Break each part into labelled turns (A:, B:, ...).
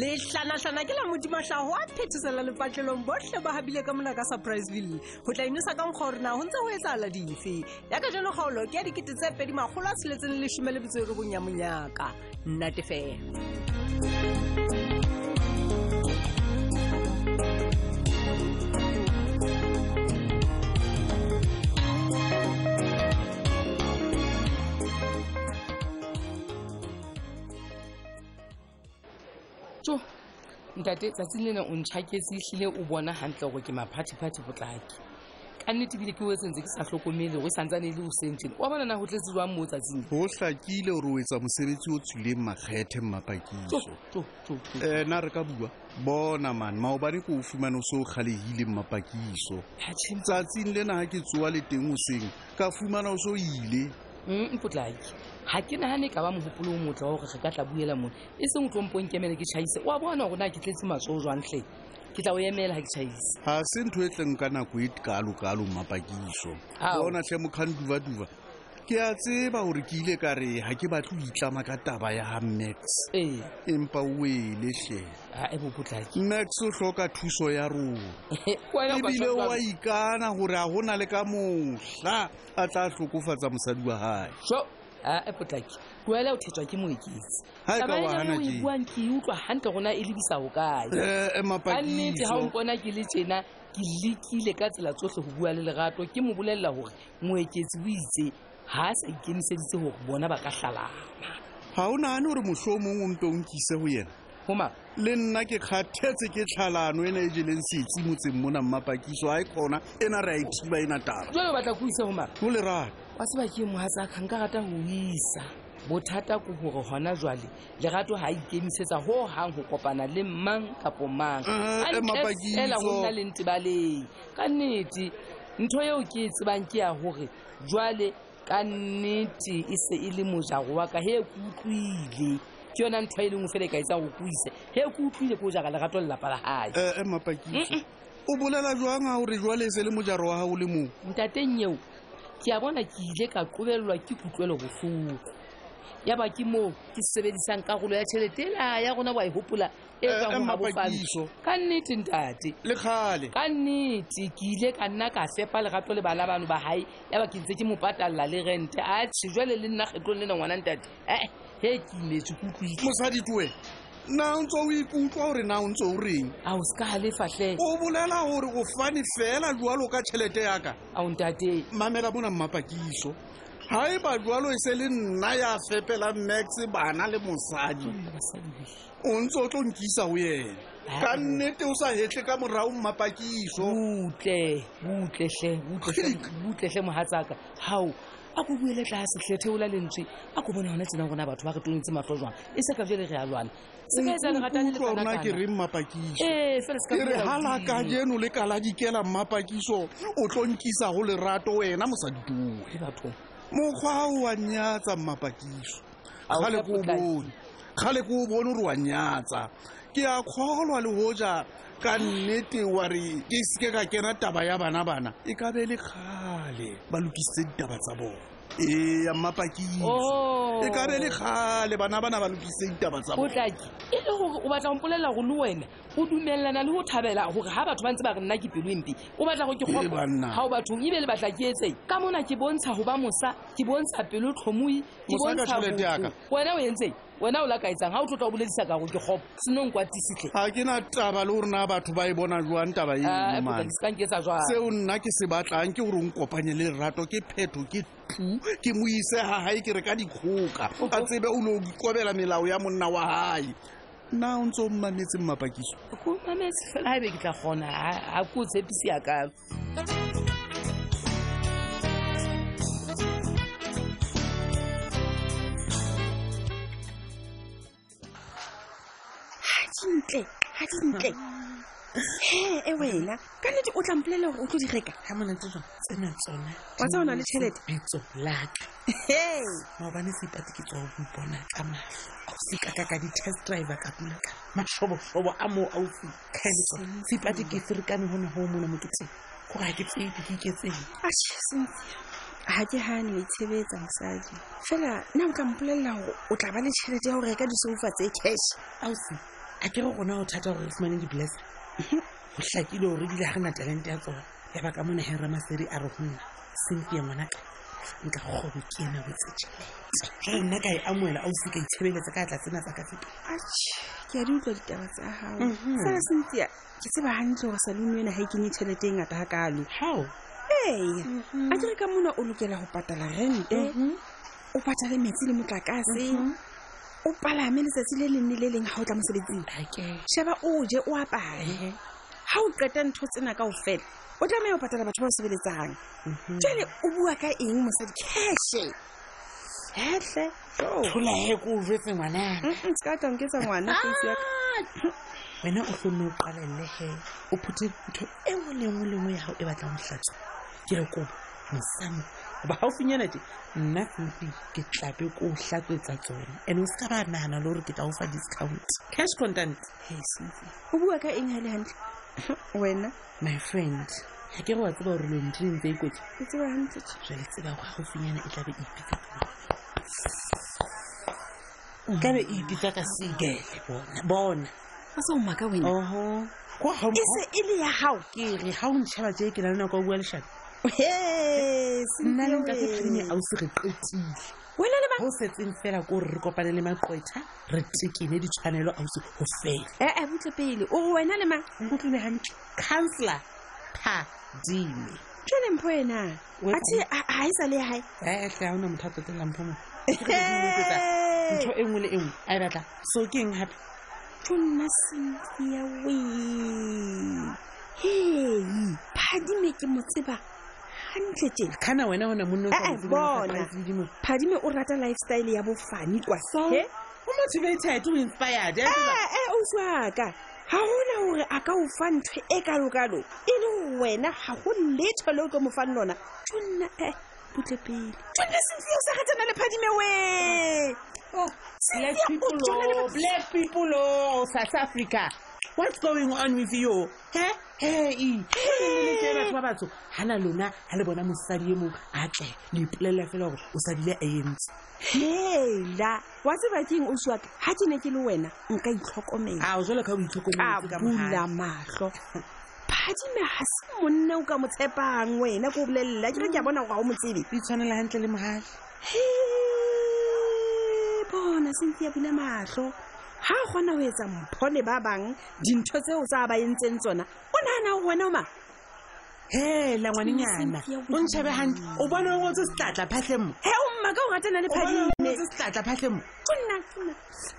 A: lehlanahlana ke la modimatlhago a phethisela lefatlhelong botlhe ba habile ka mona ka surpriseville go tla inosa ka nkga gore na go ntse go e tsala dife yaka jano kgaolo ke ya dikete tse pedi magolo a tsheletseng lesome le botserobong ya monyaka nnate fela
B: tso ntate tsatsing lena o ntšhaketse ehlile o bona gantle gore ke maphathephathe potlaki ka nnete ebile ke o etse ntse ke sa tlhokomele gore santsane e le osentseng oa bona na go tletse jwang mo tsatsing
C: go tlakile gore o etsa mosebetsi o tswileng makgethe mmapakiso
B: Oh.
C: um na re ka bua bona mane maobane ko o fumane o se o kgalegile mmapakiso tsatsing lena ga ke tsoa le teng o seng ka fumana o se o ile
B: mm, potlaki ga ke nagane ka ba mogopolo o motle wa gore re ka tla buela mone e seng o tlompong kemele ke tšhaise oa bona gore na ke tletse matshoo jwantlhe ke tla o emela ga ke tšhaise
C: ga se ntho e tleng ka nako e kalo-kalo mmapakiso
B: Ao.
C: bona tlhe mokgang duba-duba ke a tseba gore ke ile ka re ga ke batle o itlama ka taba ya ga max
B: ee
C: empa o eletlhe
B: ae bo potlaki Eh,
C: max o hloka thuso ya rona
B: Wena o ka
C: ebile
B: shwa
C: wa
B: jwang?
C: ikana gore a gona le ka mohla a tla tlhokofatsa mosadi wa gae
B: so ae potlaki tlwaela o thetswa ke moeketsi
C: Ha e ka wa hana
B: o e
C: tje. Eh,
B: buang ke utlwa gantle gona e lebisa go kae kannete ga o
C: mapakiso
B: mpona ke le tjena ke lekile ka tsela tsohle go bua le lerato ke mo bolelela gore moeketsi o itse ga a sa ikemiseditse gore bona ba ka hlalana
C: ga o naane gore motlho o mongwe o mpe o nkise go yena
B: goma
C: le nna ke kgathetse ke tlhalano ena e jeleng setsi motseng mona mmapakiso ga e kgona ena re a e thiba ena taba
B: jalo batla ko isa goma
C: o lerata
B: wa sebakeng mogatsaka nka rata go isa bothata ko gore gona jwale lerato ga a ikemisetsa go gang go kopana le mang kapo mang e
C: Eh, eh, Mapakiso.
B: fela go nna le ntebaleng ka nnete ntho eo ke e tsebang ke ya gore jwale ka nnete e se e le mojaro wa ka he ke utlwile ke yona ntho e lengwe fele ka etsang go koise he ke utlwile ko jara lerato lelapa la gae
C: ee mmapakiso o bolela jwang ga gore jwale e se le mojaro wa gago le moo
B: ntateng eo ke a bona ke ile ka qobellwa ke kutlwelo bohloko ya ba ke moo ke sebedisang karolo ya tšhelete ela ya rona wa e hopola e
C: Eh, eh,
B: tswang ho bofane
C: Mapakiso.
B: ka nnete ntate
C: le kgale
B: ka nnete ke ile ka nna ka fepa lerato le bana bano ba hae ya ba ke ntse ke mo patalla le rente atšhe jwale le nna kgetlong lena ngwana ntate ee he ke imetse ke utlwile
C: mosadi ke wena na o ntse o ikutlwa gore na o ntse o reng
B: ao se ka galefatlhe
C: o bolela gore o fane fela jwalo ka tšhelete yaka
B: ao ntate
C: mamela mona mmapakiso ga e ba jwalo e se le nna ya fepela max bana le mosadi o ntse o tlo nkisa go yena ka nnete o sa hetle ka morago mmapakiso
B: butle butlehle butlehle butlehle mohatsaka hao a ko buele tlase hle theola lentswe a ko bona yona tsena rona batho ba re tonyetse mahlo jwang e se ka jele re a lwana se ka etsa leratane le
C: utlwa rona
B: kanakana.
C: ke reng mmapakiso
B: ee fela se ka
C: e re
B: bolela
C: halaka
B: hodimo.
C: jeno le kala dikela mmapakiso o tlo nkisa go lerato wena mosadi tuwe
B: Ke bathong.
C: mokgwa ao wa nyatsa mmapakiso
B: Ha o
C: kgale
B: sa
C: ko o
B: potlake.
C: bone kgale ko o bone ore wa nyatsa ke a kgolwa le hoja ka nnete wa re e ke seke ka kena taba ya bana-bana e ka be le kgale ba lokisitse ditaba tsa bona ee ya mmapakiso
B: Oh.
C: e ka be le kgale bana-bana ba lokisitse ditaba tsa bona
B: potlaki e le gore o batla go mpolelela gore le wena o dumelelana le go thabela gore ga batho ba ntse ba re nna ke pelo empe o batla go ke
C: Eh,
B: kgopo
C: banna.
B: ga o bathong ebe le batla ke etseng ka mona ke bontsha go ba mosa ke bontsha pelo e tlhomoi ke
C: Mosa ka
B: bontsha
C: tjhelete ya ka.
B: botho. wena o entseng wena o la ka etsang ga o tlotla o boledisa ka gore ke kgopo senong kwa tisitlhe
C: ga ke na taba le gore na batho ba e bona jwang taba
B: Ah,
C: eno mane
B: skanketsa jwa
C: seo nna ke se batlang ke gore o nkopanye le lerato ke phetho ke tu ke mo ise ga gae ke re ka dikgoka a tsebe o le o ikobela melao ya monna wa gae nna o ntse o mmametse mmapakiso
B: ko mametse fela gaebe ke tla kgona ha- ha ko tshepise yakalo
D: ga dintle ga dintle he e wena ka nnete o tlampolele gore o tlo di reka
E: ga monate jang tsena tsona
D: Wa tseba o na le tjhelete?
E: betso laka
D: he
E: maobane seipati ke tswa go bona ka matlho ausi kaka ka di-test driver ka kulaka matlhobotlhobo a moo ausi kaeletso seipati ke ferekane gone go mona mo ke teng gore ga ke tsebe ke iketseng
D: ashe sentia ga ke gane wa itshebetsa mosadi fela nna o tla mpolelela gore o tla ba le tšhelete ya go reka disoufa tse cash
E: ausi
B: a ke re gona go thata gore re fumane di-blesser go tlakile gore ebile ga re na talente ya tsona ya ba ka mona henra masedi a re go nna sentia ngwanaka nka kgobe ke ena botse tšhelete jale nna ka e amoela ausi ka itshebeletsa ka tla tsena tsa ka tsepe
D: atšhe ke a di utlwa ditaba tsa gago fela sentsia ke tseba gantle gore salomo ena ga e kenye tšhelete e ngata gakalo
B: gao
D: ee a kere ka mona o lokela go patala rente o patale metsi le motlakase o palame letsatsi le leng le le leng ga o tla mosebetsing sheba o je o apaye ga o qeta ntho tsena kao fela o tlameya go patala batho ba o sebeletsang jale o bua ka eng mosadi cashe hetlhe
B: thola he ko o jetse ngwanana
D: se ka tanketsa ngwana kotsi ya ka.
B: wena o tlonne o qalelle he o phuthe ntho e nngwe le nngwe le nngwe ya gago e batlang go tlatswa ke re kobo mosamo goba gaufinyana te nna sempi ke tlabe ko o tlatswetsa tsone and o se ka ba nagana le gore ke tla go fa discount cash contant he sempi
D: o bua ka eng ha le gantle wena
B: my friend ga ke re wa tseba gore lontineng tse e kwetse
D: o tseba gantle
B: jale tseba go gaufinyana e tlabe e ipitsa ka- tlabe e ipitsa ka segele bona bona
D: a sa omaka wena
B: oho ko ga-
D: e se e le ya gago
B: ke re ga o ntšhaba tse ke na le nako ya bua leshaka nna le ntate phadime ausi re qetile
D: wena le
B: go setseng fela ko re re kopane le maqwetha re tekene ditshwanelo ausi go fela
D: ba ee butle pele o re wena le mang
B: nkutlwile gantle councellor phadime
D: jale mpho ena
B: Wena.
D: ate ga e sa le ya gae
B: etle ga ona motho a totelang mo ntho e nngwe le e nngwe a e batla so ke eng gape
D: tonna sentia we hei phadime ke mo tseba gantle teng
B: kana wena ona monna o sa
D: Eh, eh,
B: mo tsebeng wa
D: bona.
B: surprise video?
D: phadime o rata lifestyle ya bofani kwa
B: so
D: he Eh,
B: o motivated o inspired a tseba.
D: ee ee ausi aka ga gona gore a ka o fa ntho e kalokalo e le gore wena ga go letho le o ke mo fang lona tonna e butle pele tonna sentia o sa ratana le phadime we
B: Black
D: Cynthia, o
B: people,
D: tjena le
B: oh,
D: batho-
B: black people, oh, South Africa. What's going on with you? He? e. Hey, batho ba batho hana lona ha le bona mosadi e mong a tle le ipolelela fela gore o sadile a entse
D: hela wa tseba keng ausi aka ga ke ne ke le wena nka itlhokomela
B: a o jalo ka o
D: ka
B: itlhokometse ka
D: bula matlho phadime ga se monna o ka mo tshepang wena ko o bolelela ke re ke a bona gore ga o mo tsebe
B: itshwanela gantle le mogale
D: Hee, bona sentse ya bula matlho ga a kgona go etsa mpho le ba bang dintho tseo tsa ba entseng tsona o nagana go gona oma
B: hela ngwanenyana
D: Cynthia,
B: o ntšhebe gantle o bone o ngotse setlatla phatlhemo
D: he o mma ka o ratana le
B: o bone o
D: phadime
B: ngotse setlatla phatlhemo
D: konna konna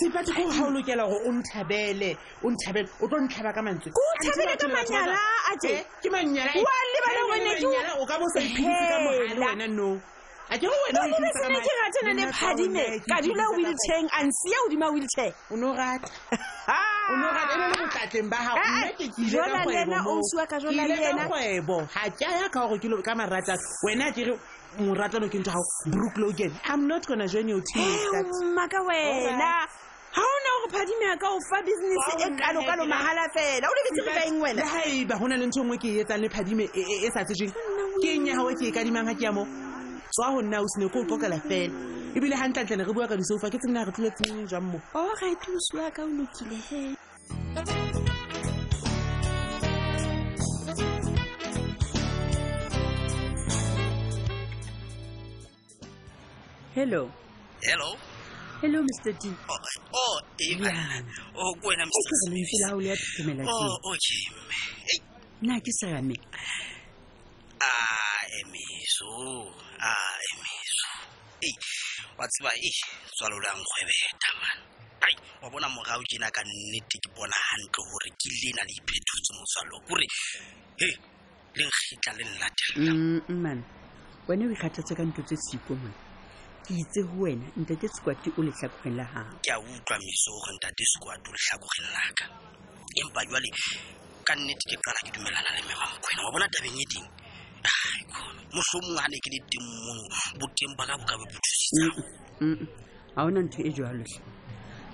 B: sepate ko ga o lokela gore o nthabele o nthabele o tlo ntlhaba ka mantswe
D: Ke o thabele ka manyala a tje.
B: Eh, ke manyala eh.
D: Wa lebala
B: Ha e
D: hore ne
B: le
D: ke o-
B: manyala, o ka bo sa iphedise ka mogale
D: Hela.
B: wena no a ke re wena
D: o
B: o
D: lebe
B: iphedisa ka
D: sene ke
B: mahadi.
D: ratana le
B: Nna tsa rona, ke iphedisa
D: phadime ka dula
B: ka mahadi.
D: wheelchair ansi ya odima wheelchair
B: o no rata o no rata e le le botlatleng ba gago
D: Eh, eh,
B: nna ke ke ile
D: jwala
B: ka
D: le yena,
B: kgwebo
D: ausi wa ka, jwala le
B: ile ka
D: yena.
B: kgwebo ga ke a ya ka gore ke lo- ka maratano wena mm, ke re moratano ke ntho gago brook logan i'm not gonna join your team
D: he o
B: that.
D: Eh, mm, mma ka wena ga ona gore phadime a ka o fa business
B: Wa
D: e
B: o
D: kalokalo
B: nahana.
D: mahala fela o lebetsere ka eng wena
B: le haeba go na le ntho nngwe ke e etsang le phadime e- e e sa tsejeng ke eng ya gago e ke e kadimang ga ke ya mo tswa go nna o sene ko o qokela fela ebile gantlentle ne re bua ka disoufa ke tsena re tlile tseneng jang mo
D: o right osi wa ka o lokile he
F: Hello.
E: Hello?
F: Hello, Mr. D.
E: Oh, oh, Ivan. Oh, go wena
F: Ke re
E: Mr.
F: fila o le ya thutumela
E: Oh,
F: ke.
E: okay, mme. Hey,
F: Na ke sa me.
E: ah, emiso. Ah, emiso. Ei, wa tseba, ei, tswalo la nkgwebeta, man. Ai, wa bona morao tjena ka nnete ke bona hantle hore ke lena le iphetotse motswalo. Kore, he, le nkgitla le nlatella.
F: Mm man. Wena
B: e
F: o ikgathatsa ka ntho tse siko mona. Ke itse ho wena ntate Tswati o lehlakoreng la hao.
E: Ke a utlwa miso hore ntate sekwato lehlakoreng la ka. Empa jwale, ka nnete ke qala ke dumellana le memamkwena. Wa bona tabeng e teng? mohlomong ha ne ke le teng mono boteng ba ka bo ka be bo thusitsang
F: Mm. Ha hona ntho e jwalo hle.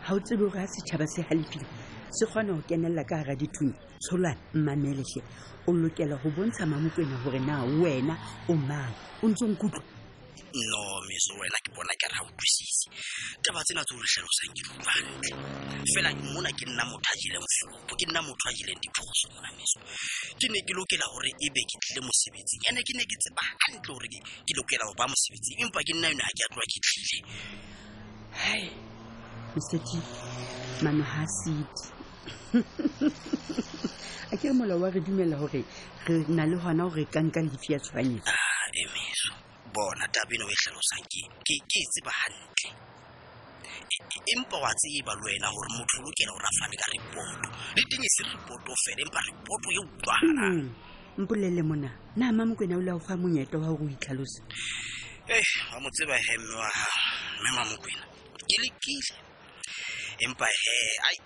F: Ha o tsebe hore ha setjhaba se halefile se kgona ho kenella ka hara dithunya. Tsholwane mmamele hle. O lokela ho bontsha mamokwena hore na wena o mang. O ntso nkutlwa.
G: no meso wena ke bona ke re ha utlwisise taba tsena tse o re hlalosang ke di utlwantle fela mona ke nna motho a jeleng folopo ke nna motho a jeleng diphoso mona meso ke ne ke lokela hore ebe ke tlile mosebetsing ene ke ne ke tseba hantle hore ke ke lokela ho ba mosebetsing empa ke nna yone ha ke a tloha ke tlile
H: mosedi mano ha sedi a ke re molao wa re dumela gore re na le gona gore ka nka lefi ya tshoganyetso
G: Ah, emeso bona tabeno e hlalosang ke ke ke e tseba hantle E- e- empa wa tseba le wena hore motho o lokela hore a fane ka ripoto le teng e se ripoto fela empa ripoto e utlwahalang
H: Mm, mpolelele mona na mamokwena o le a o fa monyetla wa gore o itlhalosa
G: Eh, wa mo tseba he mme wa hao mme mamokwena ke lekile empa he ai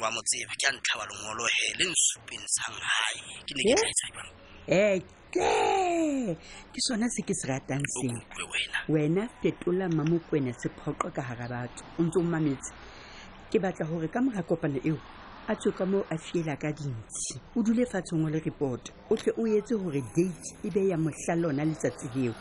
G: wa mo tseba ke a ntlha wa lengolo he le nsupentshang hae ke ne
H: Eh?
G: ke tla etsa jwang
D: Eh,
H: eke ke sona se ke se ratang
G: o
H: seo
G: kutlwe wena
H: wena fetola mamokwena sephoqo ka gara batho o ntse o mametse ke batla gore ka mora kopano eo a tswe ka moo a fiela ka dintshi o dule fatsheng o le report o tle o etse gore date e be ya mohla lona letsatsi leo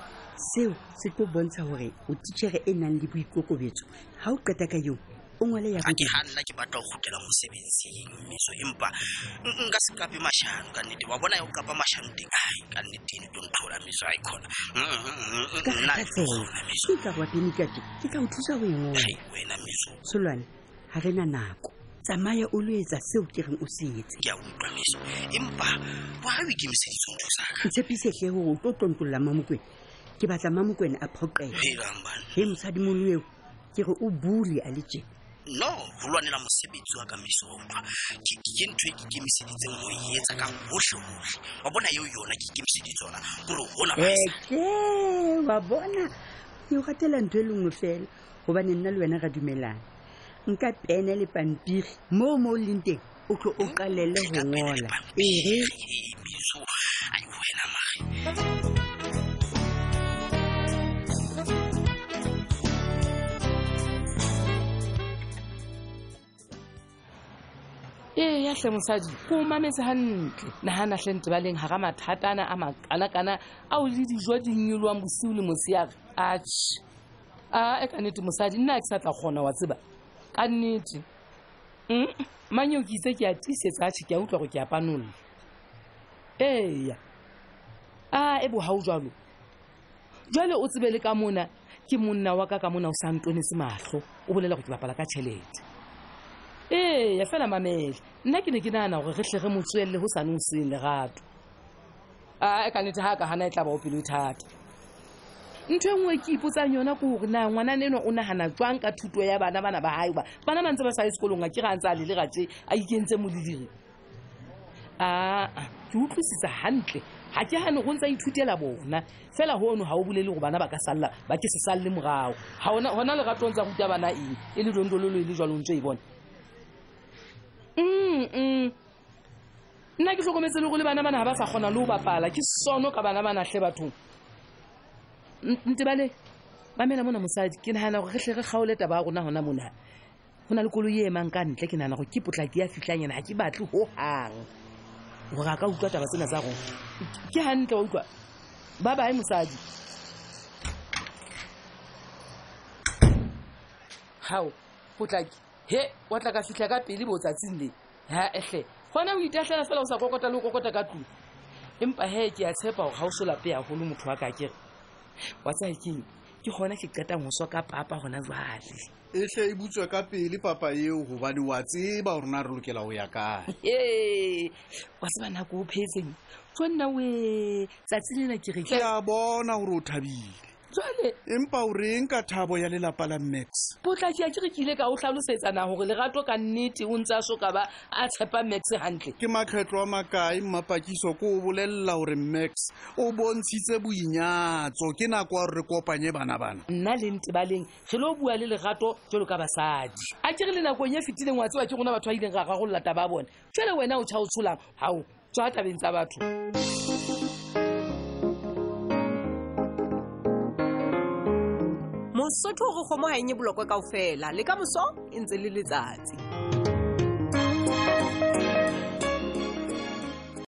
H: seo se tlo bontsha gore o tichere e nang le boikokobetso ga o qeta ka eo o ngwale ya
G: a ke
H: bobedi.
G: ha nna ke batla ho kgutlela mosebetsing meso empa n- nka se kape mashano ka nnete wa bona ya ho kapa mashano teng ai ka nnete ene to nthola meso a ikhona
H: ka
G: Mm-hmm, nna ha
H: kgatsela
G: ke kgona meso
H: ke ka wapenikate ke tla o thusa go engwe
G: Ai, wena meso
H: solwane ga re na nako tsamaya o lo etsa seo ke reng o se etse
G: ke a utlwa meso empa wa ha o ikemiseditse ho nthusa ka
H: ntshepisetlhe gore o tlo tontolola mamokwena ke batla mamokwena a phoqela
G: helang bana
H: he mosadimolo eo ke re o bule a le tjena
G: no ho lwanela mosebetsi wa ka miso wa utlwa ke ke- ke ntho e ke ikemiseditseng ho e etsa ka hohle-hohle wa bona eo yona ke ikemiseditse yona kore hona baisa
H: eke wa bona ke o ratela ntho e lengwe fela gobane nna le wena ra dumelana nka pene le pampiri moo mo o leng teng o tlo o qalele go ngola ee
G: miso a wena mare
B: ee E, ya hle mosadi ko o mametse hantle nagana hle ntebaleng ga ga mathatana a makanakana ao le dijo di nyolwang bosiu le moseare atšhe a e ka nnete mosadi nna ha ke sa tla kgona wa tseba ka nnete Mm, manyeo ke itse ke a tiisetsa atšhe ke a utlwa gore ke a panolla eya a e bogao jalo jwale o tsebe le ka mona ke monna wa ka ka mona o sa ntonetse matlho o bolela gore ke bapala ka tšhelete ee Eh, fela mamele nna ke ne ke nagana gore re tle re mo tswelele go sane o seng lerato a e kannete ga ka gana e tla ba o pelo thata ntho e nngwe e ke ipotsang yona ke gore na ngwanane enwa o nagana jwang ka thuto ya bana bana ba gae ba bana ba ntse ba sa ye sekolong a ke re a ntse a lelera tse a ikentse modidiri aa ke utlwisisa gantle ga ke gane go ntse a ithutela bona fela gono ga o bolele gore bana ba ka salla ba ke se salle morago Ha hona- hona leratong tsa ruta bana eng e le dondololo e le jwalong tse e bona Mm-mm. Mm, nna ke tlhokometse le go le bana bana ga ba sa kgona le go bapala ke sono ka bana banatlhe bathong N- ntebale mamela mona mosadi ke nagana gore re tle re kgaole taba ya rona gona mona go na le koloi e emang ka ntle ke nagana gore ke potla ke ya fitlhang ena ga ke batle gogang gore a ka utlwa taba tsena tsa rona Ke- ke gantle wa utlwa ba bae mosadi hao potlaki he wa tla ka fitlha ka pele botsatsing le ha ehle gona o itahlela fela o sa kokota le o kokota ka tlong empa he ke a tshepa gore ga o solape agolo motho wa ka kere wa tsae keng ke gona ke qetang go swa ka papa gona jale
C: e hle e butswe ka pele papa eo gobane wa tseba gore na re lokela go ya kae
B: ee wa tseba nako e o phetseng tsonna we tsatsi lena ke re
C: ke a bona gore o thabile
B: jale
C: empa o reng ka thabo ya lelapa la max
B: potlaki a ke re ke ile ka o tlhalosetsana gore lerato ka nnete o ntse a so ka ba a tshepa max gantle
C: ke makgetlo a makae mmapakiso ko o bolelela gore max o bontshitse boinyatso ke nako ya gore re kopanye bana bana
B: nna le ntebaleng ge le o bua le lerato jalo ka basadi a ke re le nakong ye fetileng wa tsewa ke gona batho ba ileng ra rarolola taba ya bone fele wena o tšha o tsholang gao tswa tabeng tsa batho
A: mosotho go kgomo ga ennye bolokwe kao fela le ka moso e ntse le letsatsi